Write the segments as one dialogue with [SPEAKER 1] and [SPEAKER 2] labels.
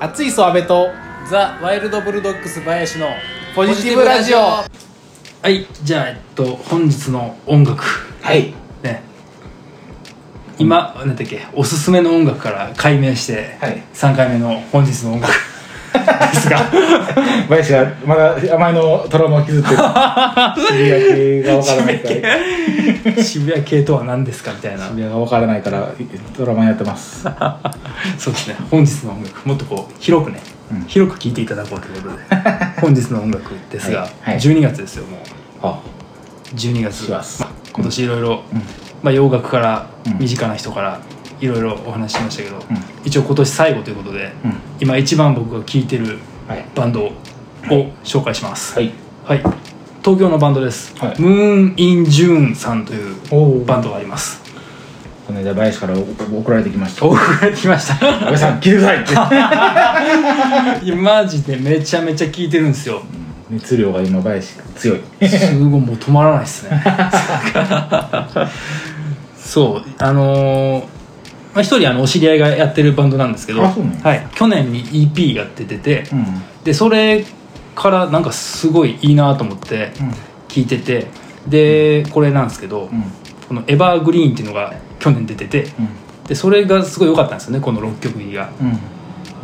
[SPEAKER 1] 熱いそ阿部と
[SPEAKER 2] ザ・ワイルド・ブルドッグス林の
[SPEAKER 1] ポジティブラジオ
[SPEAKER 2] は
[SPEAKER 3] はいじゃあえっと本日の音楽
[SPEAKER 1] い
[SPEAKER 3] ね今何だっけおすすめの音楽から解明して、
[SPEAKER 1] はい
[SPEAKER 3] 3回目の本日の音楽ですが
[SPEAKER 1] 林がまだ甘いのトラウマを削ってる渋谷系が分からないから渋
[SPEAKER 3] 渋谷系とは何ですかみたいな
[SPEAKER 1] 谷が分からないからトラウマやってます
[SPEAKER 3] そうですね本日の音楽もっとこう広くね、
[SPEAKER 1] うん
[SPEAKER 3] 広く聴いていただこうという ことで本日の音楽ですが、
[SPEAKER 1] はいはい
[SPEAKER 3] 12月ですよもう
[SPEAKER 1] あ
[SPEAKER 3] 12
[SPEAKER 1] し
[SPEAKER 3] 月、
[SPEAKER 1] ます
[SPEAKER 3] まあ今年いろいろ
[SPEAKER 1] うん
[SPEAKER 3] まあ、洋楽から
[SPEAKER 1] うん
[SPEAKER 3] 身近な人からいろいろお話ししましたけど、
[SPEAKER 1] ん
[SPEAKER 3] 一応今年最後ということで、
[SPEAKER 1] うん
[SPEAKER 3] 今一番僕が聴いてる
[SPEAKER 1] はい
[SPEAKER 3] バンドを紹介します
[SPEAKER 1] はい
[SPEAKER 3] はい、東京のバンドです、
[SPEAKER 1] はい
[SPEAKER 3] ムーン・イン・ジューンさんという
[SPEAKER 1] おお
[SPEAKER 3] バンドがあります
[SPEAKER 1] この間林から送られてきました
[SPEAKER 3] 送られてきました
[SPEAKER 1] 阿部さん聞いてくださいっ て
[SPEAKER 3] いやマジでめちゃめちゃ聴いてるんですよ
[SPEAKER 1] 熱量が今林強い
[SPEAKER 3] すごいもう止まらないです ねそうあのーまあ、一人あのお知り合いがやってるバンドなんですけど、
[SPEAKER 1] あそうなんや
[SPEAKER 3] はい、去年に EP が出てて、
[SPEAKER 1] うん
[SPEAKER 3] でそれからなんかすごいいいなと思って聞いててでこれなんですけど、
[SPEAKER 1] うん
[SPEAKER 3] この「エバーグリーン」っていうのが去年出ててでそれがすごい良かったんですよねこの6曲入りが。
[SPEAKER 1] うんうん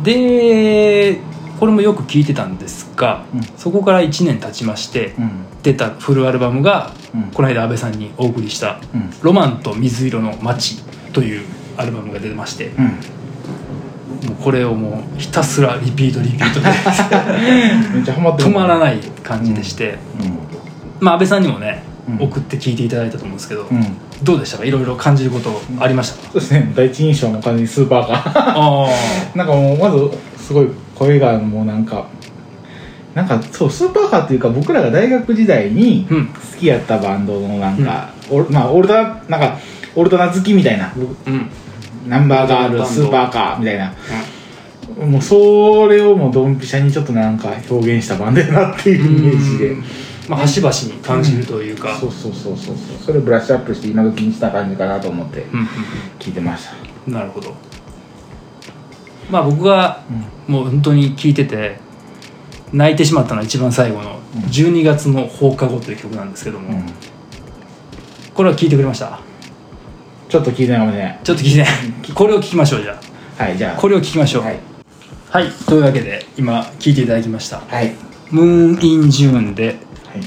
[SPEAKER 3] でこれもよく聞いてたんですが、
[SPEAKER 1] うん
[SPEAKER 3] そこから1年経ちまして、
[SPEAKER 1] うん
[SPEAKER 3] 出たフルアルバムが、
[SPEAKER 1] うん
[SPEAKER 3] この間安倍さんにお送りした
[SPEAKER 1] うん
[SPEAKER 3] 「ロマンと水色の街」というアルバムが出てまして、
[SPEAKER 1] う
[SPEAKER 3] もうこれをもうひたすらリピートリピートで
[SPEAKER 1] んめっちゃハマって
[SPEAKER 3] 止まら
[SPEAKER 1] い
[SPEAKER 3] ない感じでして、
[SPEAKER 1] う
[SPEAKER 3] まあ安倍さんにもね、
[SPEAKER 1] うん
[SPEAKER 3] 送って聞いていただいたと思うんですけど、
[SPEAKER 1] んうん
[SPEAKER 3] どうでしたかいろいろ感じることありましたか、
[SPEAKER 1] そうですね第一印象も完全にスーパーが
[SPEAKER 3] あ
[SPEAKER 1] なんかもうまずすごい声がもうなんかなんかそうスーパーカーっていうか僕らが大学時代に
[SPEAKER 3] うん
[SPEAKER 1] 好きやったバンドのなんか、オルまあオルタなんかオルタナ好きみたいな
[SPEAKER 3] あうん
[SPEAKER 1] ナンバーガール
[SPEAKER 3] バンド
[SPEAKER 1] スーパーカーみたいなもうそれをもうドンピシャにちょっとなんか表現したバンドやなっていうイメージで
[SPEAKER 3] うんまあ端々に感じるというか、
[SPEAKER 1] そうそうそうそうそうそれをブラッシュアップして今時にした感じかなと思って
[SPEAKER 3] うんうん
[SPEAKER 1] 聞いてました
[SPEAKER 3] うんなるほどまあ僕が
[SPEAKER 1] う
[SPEAKER 3] もう本当に聞いてて泣いてしまったのは一番最後の
[SPEAKER 1] うん
[SPEAKER 3] 「12月の放課後」という曲なんですけども、
[SPEAKER 1] うん
[SPEAKER 3] これは聞いてくれました
[SPEAKER 1] ちょっと聞いてないかもしれない
[SPEAKER 3] ちょっと聞いてこれを聞きましょうじゃ
[SPEAKER 1] はいじ
[SPEAKER 3] あ
[SPEAKER 1] ゃあ
[SPEAKER 3] これを聞きましょう
[SPEAKER 1] は
[SPEAKER 3] はいい、というわけで今聞いていただきました
[SPEAKER 1] はい
[SPEAKER 3] 「ムーン・イン・ジューン」で
[SPEAKER 1] はい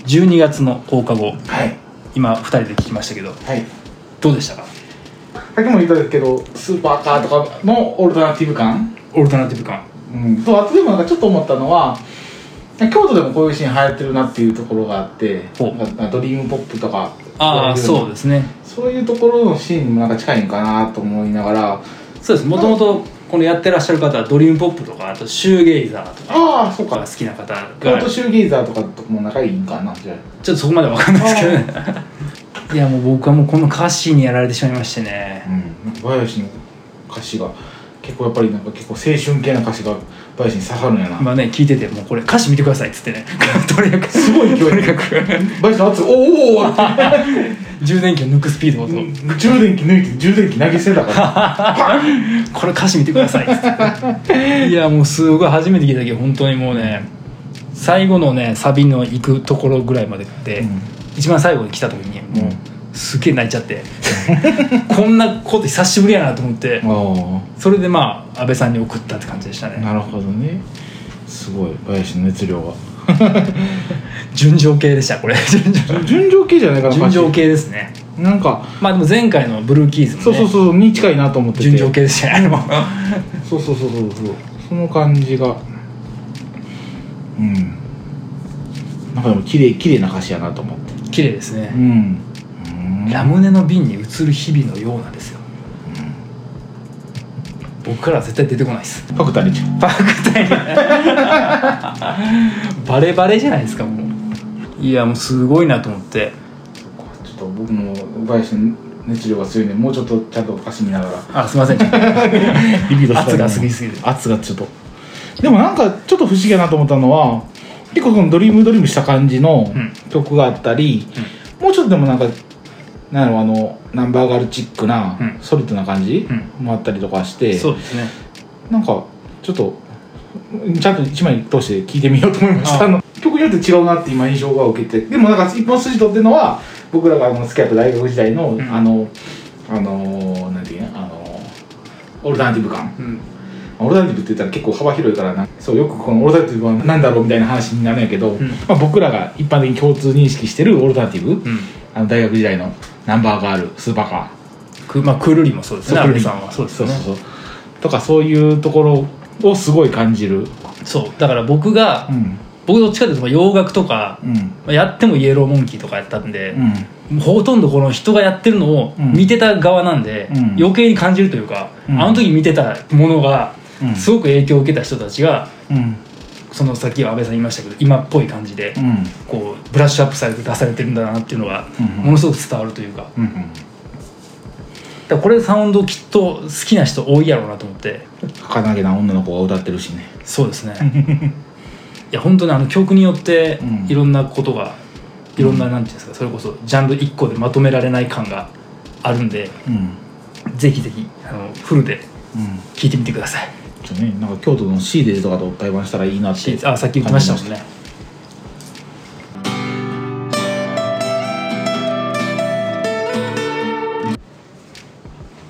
[SPEAKER 3] 12月の放課後
[SPEAKER 1] はい
[SPEAKER 3] 今2人で聞きましたけど
[SPEAKER 1] はい
[SPEAKER 3] どうでしたか
[SPEAKER 1] さっきも言ったけどスーパーカーとかのオルタナティブ感、
[SPEAKER 3] オルタナティブ感
[SPEAKER 1] うん、とあとでもなんかちょっと思ったのは京都でもこういうシーン流行ってるなっていうところがあって
[SPEAKER 3] ほう
[SPEAKER 1] なんかドリームポップとか
[SPEAKER 3] ああそうですね
[SPEAKER 1] そういうところのシーンにもなんか近いんかなと思いながら
[SPEAKER 3] そうですもともとこのやってらっしゃる方はドリームポップとかあとシューゲイザーとか
[SPEAKER 1] ああそう
[SPEAKER 3] が
[SPEAKER 1] か
[SPEAKER 3] 好きな方
[SPEAKER 1] 京
[SPEAKER 3] が
[SPEAKER 1] 都シューゲイザーとかとも仲いいんかなじゃあ
[SPEAKER 3] ちょっとそこまでは分かんないですけどねいやもう僕はもうこの歌詞にやられてしまいましてね
[SPEAKER 1] うんなんか林の歌詞が結構やっぱりなんか結構青春系な歌詞が林に刺さるんやな、
[SPEAKER 3] まあね聞いててもうこれ歌詞見てくださいっつって ねとにかく
[SPEAKER 1] すごい勢い
[SPEAKER 3] とに かく
[SPEAKER 1] 林の圧おーおーおーって
[SPEAKER 3] 充電器を抜くスピードをと
[SPEAKER 1] 充電器抜いて充電器投げ捨てたから
[SPEAKER 3] これ歌詞見てくださいっつっていやもうすごい初めて聞いたけど本当にもうね最後のねサビの行くところぐらいまでで、
[SPEAKER 1] うん
[SPEAKER 3] 一番最後に来た時にもう、すっげえ泣いちゃってこんなこと久しぶりやなと思って
[SPEAKER 1] あ
[SPEAKER 3] それでまあ安倍さんに送ったって感じでした
[SPEAKER 1] あ
[SPEAKER 3] ね
[SPEAKER 1] なるほどねすごい林の熱量が
[SPEAKER 3] 純情系でした これ純情
[SPEAKER 1] 純情系じゃないかな
[SPEAKER 3] 純情
[SPEAKER 1] 歌
[SPEAKER 3] 系ですね
[SPEAKER 1] 詞なんか
[SPEAKER 3] まあでも前回のブルーキーズも、ね、
[SPEAKER 1] そうそうそうに近いなと思ってて
[SPEAKER 3] 純情系でしたね
[SPEAKER 1] そうそうそうそうそうその感じがうんなんかでも綺麗綺麗な歌詞やなと思って
[SPEAKER 3] 綺麗ですね、
[SPEAKER 1] ん
[SPEAKER 3] ラムネの瓶に映る日々のようなですよ、僕からは絶対出てこないです
[SPEAKER 1] パクタリちゃん
[SPEAKER 3] バクタイムバレバレじゃないですかもういやもうすごいなと思って
[SPEAKER 1] ちょっと僕も林の熱量が強いんでもうちょっとちゃんと歌詞見ながら
[SPEAKER 3] あすいま せんちょっと
[SPEAKER 1] 圧
[SPEAKER 3] 圧
[SPEAKER 1] が
[SPEAKER 3] が
[SPEAKER 1] 過
[SPEAKER 3] 過
[SPEAKER 1] ぎ
[SPEAKER 3] ぎ
[SPEAKER 1] す
[SPEAKER 3] す
[SPEAKER 1] ぎ
[SPEAKER 3] ぎ
[SPEAKER 1] る
[SPEAKER 3] る
[SPEAKER 1] 圧がちょっとでもなんかちょっと不思議やなと思ったのは結構このドリームドリームした感じの
[SPEAKER 3] うん
[SPEAKER 1] 曲があったり、もうちょっとでもなんかなんやろあのナンバーガールチックな、
[SPEAKER 3] うん
[SPEAKER 1] ソリッドな感じ、
[SPEAKER 3] う
[SPEAKER 1] もあったりとかして
[SPEAKER 3] そうですね
[SPEAKER 1] なんかちょっとちゃんと一枚通して聞いてみようと思いました
[SPEAKER 3] あ
[SPEAKER 1] あの曲によって違うなって今印象が受けてでもなんか一本筋取ってるのは僕らがあの好きだった大学時代の、
[SPEAKER 3] ん
[SPEAKER 1] あのあのなんていうのあのオルタナティブ感
[SPEAKER 3] うん
[SPEAKER 1] オルタナティブって言ったら結構幅広いからなそうよくこのオルタナティブは何だろうみたいな話になるんやけど、
[SPEAKER 3] ん
[SPEAKER 1] まあ、僕らが一般的に共通認識してるオルタナティブ、
[SPEAKER 3] うん
[SPEAKER 1] あの大学時代のナンバーガールスーパーカ
[SPEAKER 3] くまあくるりもそうです
[SPEAKER 1] ー
[SPEAKER 3] ね
[SPEAKER 1] ソ
[SPEAKER 3] 安
[SPEAKER 1] クル
[SPEAKER 3] 倍
[SPEAKER 1] リ
[SPEAKER 3] さんはそうですよね
[SPEAKER 1] そうそうそうとかそういうところをすごい感じる
[SPEAKER 3] そうだから僕が、
[SPEAKER 1] うん
[SPEAKER 3] 僕どっちかというと洋楽とか
[SPEAKER 1] う、ん
[SPEAKER 3] まあやってもイエローモンキーとかやったんで、
[SPEAKER 1] うん
[SPEAKER 3] ほとんどこの人がやってるのを
[SPEAKER 1] うん
[SPEAKER 3] 見てた側なんで、
[SPEAKER 1] うん
[SPEAKER 3] 余計に感じるというか、
[SPEAKER 1] うん
[SPEAKER 3] あの時見てたものが
[SPEAKER 1] うん
[SPEAKER 3] すごく影響を受けた人たちが
[SPEAKER 1] うん
[SPEAKER 3] そのさっき安倍さん言いましたけど今っぽい感じで、
[SPEAKER 1] うん
[SPEAKER 3] こうブラッシュアップされて出されてるんだなっていうのが
[SPEAKER 1] うん
[SPEAKER 3] ものすごく伝わるというかだか
[SPEAKER 1] うんうん
[SPEAKER 3] らこれサウンドきっと好きな人多いやろうなと思って
[SPEAKER 1] 儚げな女の子が歌ってるしね
[SPEAKER 3] そうですねいや本当にあの曲によって
[SPEAKER 1] うん
[SPEAKER 3] いろんなことが、いろんななんていうんですかそれこそジャンル1個でまとめられない感があるんで
[SPEAKER 1] うん
[SPEAKER 3] ぜひぜひあのフルで
[SPEAKER 1] うん
[SPEAKER 3] 聴いてみてください
[SPEAKER 1] ちょっとねなんか京都のシーデーズとかと対バンしたらいいなって
[SPEAKER 3] しあさっき言ってましたもんね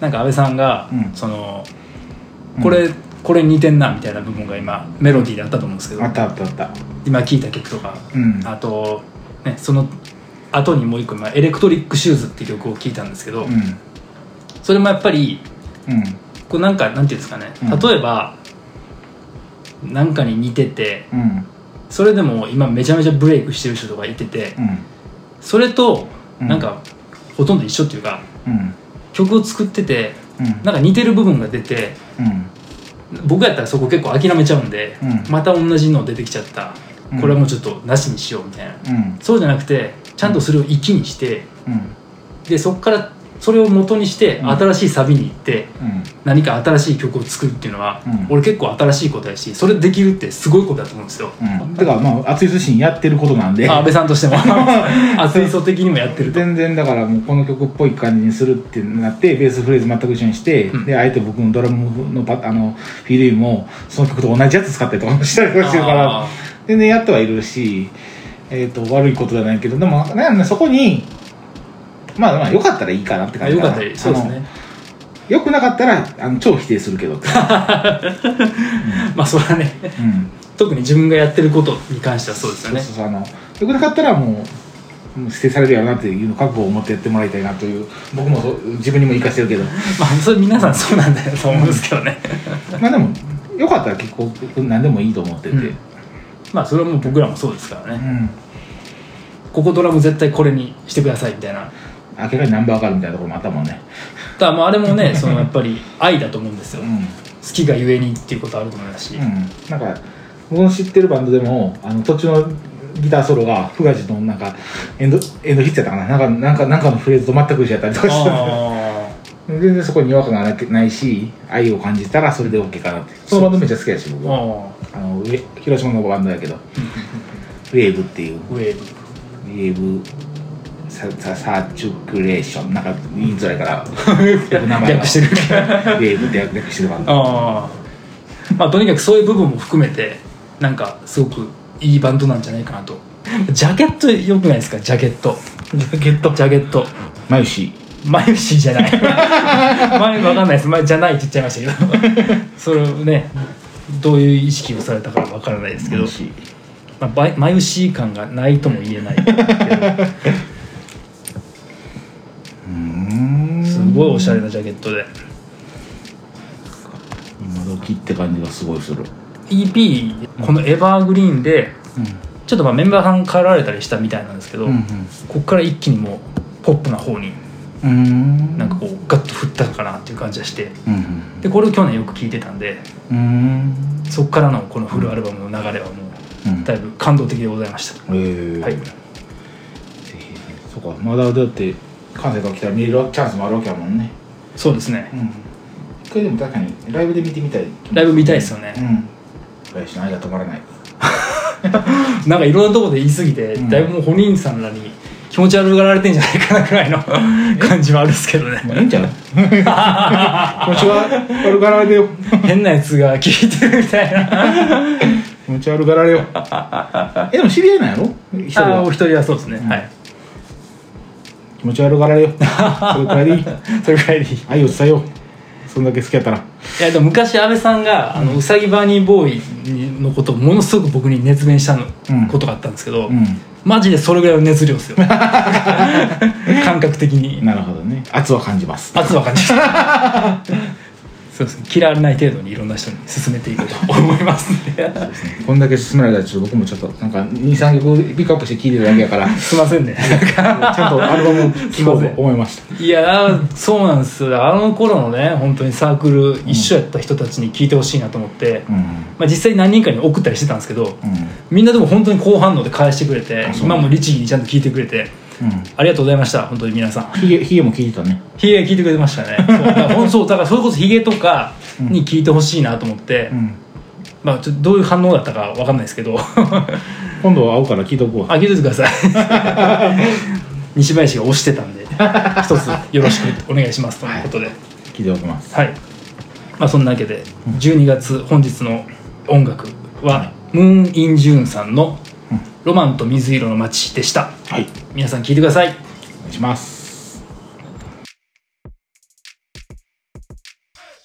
[SPEAKER 3] なんか安倍さんが、
[SPEAKER 1] うん
[SPEAKER 3] その
[SPEAKER 1] うん
[SPEAKER 3] これ、これ似てんなみたいな部分が今メロディーであったと思うんですけど
[SPEAKER 1] あったあったあった
[SPEAKER 3] 今聴いた曲とか、
[SPEAKER 1] うん
[SPEAKER 3] あと、ね、その後にもう一個今「エレクトリック・シューズ」って曲を聴いたんですけど、
[SPEAKER 1] うん
[SPEAKER 3] それもやっぱり
[SPEAKER 1] うん
[SPEAKER 3] こうなんかなんていうんですかね、
[SPEAKER 1] うん
[SPEAKER 3] 例えばなんかに似てて
[SPEAKER 1] うん
[SPEAKER 3] それでも今めちゃめちゃブレイクしてる人とかいてて
[SPEAKER 1] うん
[SPEAKER 3] それと
[SPEAKER 1] うん
[SPEAKER 3] なんかほとんど一緒っていうか
[SPEAKER 1] うん
[SPEAKER 3] 曲を作ってて
[SPEAKER 1] うん
[SPEAKER 3] なんか似てる部分が出て
[SPEAKER 1] うん
[SPEAKER 3] 僕やったらそこ結構諦めちゃうんで、
[SPEAKER 1] うん
[SPEAKER 3] また同じの出てきちゃった
[SPEAKER 1] うん
[SPEAKER 3] これはもうちょっとなしにしようみたいな、
[SPEAKER 1] うん
[SPEAKER 3] そうじゃなくてちゃんとそれを一にして
[SPEAKER 1] うん
[SPEAKER 3] でそこからそれを元にして
[SPEAKER 1] うん
[SPEAKER 3] 新しいサビに行って
[SPEAKER 1] うん
[SPEAKER 3] 何か新しい曲を作るっていうのは、
[SPEAKER 1] うん
[SPEAKER 3] 俺結構新しいことやしそれできるってすごいことだと思うんですよ、
[SPEAKER 1] うんてかまあ熱い寿司にやってることなんで
[SPEAKER 3] あ安倍さんとしても 熱い層的にもやってると
[SPEAKER 1] 全然だからもうこの曲っぽい感じにするってなってベースフレーズ全く一緒にして、
[SPEAKER 3] うん
[SPEAKER 1] であえて僕のドラムのパあのフィルインもその曲と同じやつ使ったりとかもしたりとかしてるから
[SPEAKER 3] あ
[SPEAKER 1] 全然やってはいるし、えー、と悪いことじゃないけどでもなんかそこにまあまあよかったらいいかなって
[SPEAKER 3] ー
[SPEAKER 1] 感じ
[SPEAKER 3] よ
[SPEAKER 1] か
[SPEAKER 3] か
[SPEAKER 1] な
[SPEAKER 3] ったりそうですね
[SPEAKER 1] よくなかったらあの超否定する けどって、
[SPEAKER 3] まあそれはね
[SPEAKER 1] うん、
[SPEAKER 3] 特に自分がやってることに関してはそうですよね
[SPEAKER 1] そうそうそうあの良くなかったらもうもう捨てされるやろうなっていうの覚悟を持ってやってもらいたいなという僕もそう自分にも言いかせてるけど
[SPEAKER 3] まあそれ皆さんそうなんだよと思うんですけどね
[SPEAKER 1] まあでもよかったら結構何でもいいと思ってて、
[SPEAKER 3] う
[SPEAKER 1] うんん
[SPEAKER 3] まあそれはもう僕らもそうですからねここドラム絶対これにしてくださいみたいな
[SPEAKER 1] 明らかにナンバーガールみたいなところもあったもんね、
[SPEAKER 3] だからまああれも ねそのやっぱり愛だと思うんですよ、
[SPEAKER 1] う
[SPEAKER 3] 好
[SPEAKER 1] ん
[SPEAKER 3] きがゆえにっていうことあると思いますし、
[SPEAKER 1] うん、なんか僕の知ってるバンドでもあの途中のギターソロがフガジのなんかエンドエンドヒッツやったかななんかなんかなんかのフレーズと全く一緒やったりとかしてたんで
[SPEAKER 3] あ
[SPEAKER 1] 全然そこに違和感がなくないし愛を感じたらそれで OK かなってそのバンドめっちゃ好きやし僕
[SPEAKER 3] ー
[SPEAKER 1] は。
[SPEAKER 3] あ
[SPEAKER 1] あのウェ広島のバンドやけどウェーブっていう
[SPEAKER 3] ーウェーブ
[SPEAKER 1] ウェーブサササチュクレーションなんか言いづらいから
[SPEAKER 3] 略してる
[SPEAKER 1] ウェーブって略略してるバンド
[SPEAKER 3] ああまあとにかくそういう部分も含めてなんかすごくいいバンドなんじゃないかなとジャケットよくないですかジャケットジャケットジャケット
[SPEAKER 1] マユシ
[SPEAKER 3] マユシーじゃない 前わかんないです前じゃないって言っちゃいましたけど それをねどういう意識をされたかわからないですけ
[SPEAKER 1] マ
[SPEAKER 3] ど、
[SPEAKER 1] ユシ
[SPEAKER 3] まあバイ、マユシー感がないとも言えない
[SPEAKER 1] うーん
[SPEAKER 3] すごいおしゃれなジャケットで
[SPEAKER 1] 今時って感じがすごいする
[SPEAKER 3] EP この「エバーグリーンで」
[SPEAKER 1] う
[SPEAKER 3] ちょっとまあメンバーさん変わられたりしたみたいなんですけど、
[SPEAKER 1] ん
[SPEAKER 3] ここから一気にもうポップな方に
[SPEAKER 1] うんうん
[SPEAKER 3] なんかこうガッと振ったかなっていう感じがして
[SPEAKER 1] うん
[SPEAKER 3] でこれを去年よく聞いてたんで
[SPEAKER 1] うんうん
[SPEAKER 3] そこからのこのフルアルバムの流れはも
[SPEAKER 1] うん
[SPEAKER 3] うだいぶ感動的でございました、
[SPEAKER 1] えー
[SPEAKER 3] はい
[SPEAKER 1] そうかまだだって関西から来たら見れるチャンスもあるわけやもんね
[SPEAKER 3] そうですね
[SPEAKER 1] うん一回でも確かにライブで見てみたい
[SPEAKER 3] ライブ見たいですよ
[SPEAKER 1] う
[SPEAKER 3] ね、
[SPEAKER 1] ん来週の愛が止まらない
[SPEAKER 3] なんかいろんなとこで言い過ぎて、
[SPEAKER 1] うん
[SPEAKER 3] だいぶもう本人さんらに気持ち悪がられてんじゃないかなぐらいの 感じはあるんですけどね
[SPEAKER 1] まあ、いいんちゃ う気持ちは悪がられよ
[SPEAKER 3] 変なやつが聞いてるみたいな
[SPEAKER 1] 気持ち悪がら れよえでも知り合いなんやろ一人
[SPEAKER 3] あお
[SPEAKER 1] は
[SPEAKER 3] 一人はそうですね、はい
[SPEAKER 1] 気持ち悪 がられよそれくらいでいい
[SPEAKER 3] それぐらいでいいい
[SPEAKER 1] 愛を伝えようそんだけ好きやったら
[SPEAKER 3] やでも昔安倍さんがあのうさぎバニーボーイのことをものすごく僕に熱弁したの、
[SPEAKER 1] うん
[SPEAKER 3] ことがあったんですけど、
[SPEAKER 1] う
[SPEAKER 3] マジでそれぐらいの熱量です よ感覚的
[SPEAKER 1] ん
[SPEAKER 3] に
[SPEAKER 1] なるほどね圧は感じます
[SPEAKER 3] 圧は感じました そうですね嫌われない程度にいろんな人に進めていこうと思いますんで
[SPEAKER 1] こんだけ進められたらちょっと僕もちょっとなんか23曲ピックアップして聴いてるだけやから ち
[SPEAKER 3] すいませんね
[SPEAKER 1] ゃんとアルバム聴こうと思いました
[SPEAKER 3] いやーそうなんですよあの頃のね本当にサークル一緒やった人たちに聞いてほしいなと思って、
[SPEAKER 1] うん
[SPEAKER 3] まあ、実際何人かに送ったりしてたんですけど、
[SPEAKER 1] う
[SPEAKER 3] みんなでも本当に好反応で返してくれて
[SPEAKER 1] あそう
[SPEAKER 3] 今も律儀にちゃんと聞いてくれて
[SPEAKER 1] んうん
[SPEAKER 3] ありがとうございました本当に皆さん
[SPEAKER 1] ヒゲヒゲも聴いてたね
[SPEAKER 3] ヒゲ聞いてくれてました ねそうだからほんそうだからそれこそヒゲとかに聞いてほしいなと思って、
[SPEAKER 1] うん
[SPEAKER 3] まあ、ちょっとどういう反応だったかわかんないですけど
[SPEAKER 1] 今度は会うから聴いとこう
[SPEAKER 3] あげててください 西林が押してたんで一つよろしくお願いしますということで。
[SPEAKER 1] 聴いておきます
[SPEAKER 3] はい、まあ、そんなわけで12月本日の音楽はムーン・イン・ジューンさんの
[SPEAKER 1] うん
[SPEAKER 3] 「ロマンと水色の街」でした
[SPEAKER 1] はい
[SPEAKER 3] 皆さん聴いてください
[SPEAKER 1] お願いします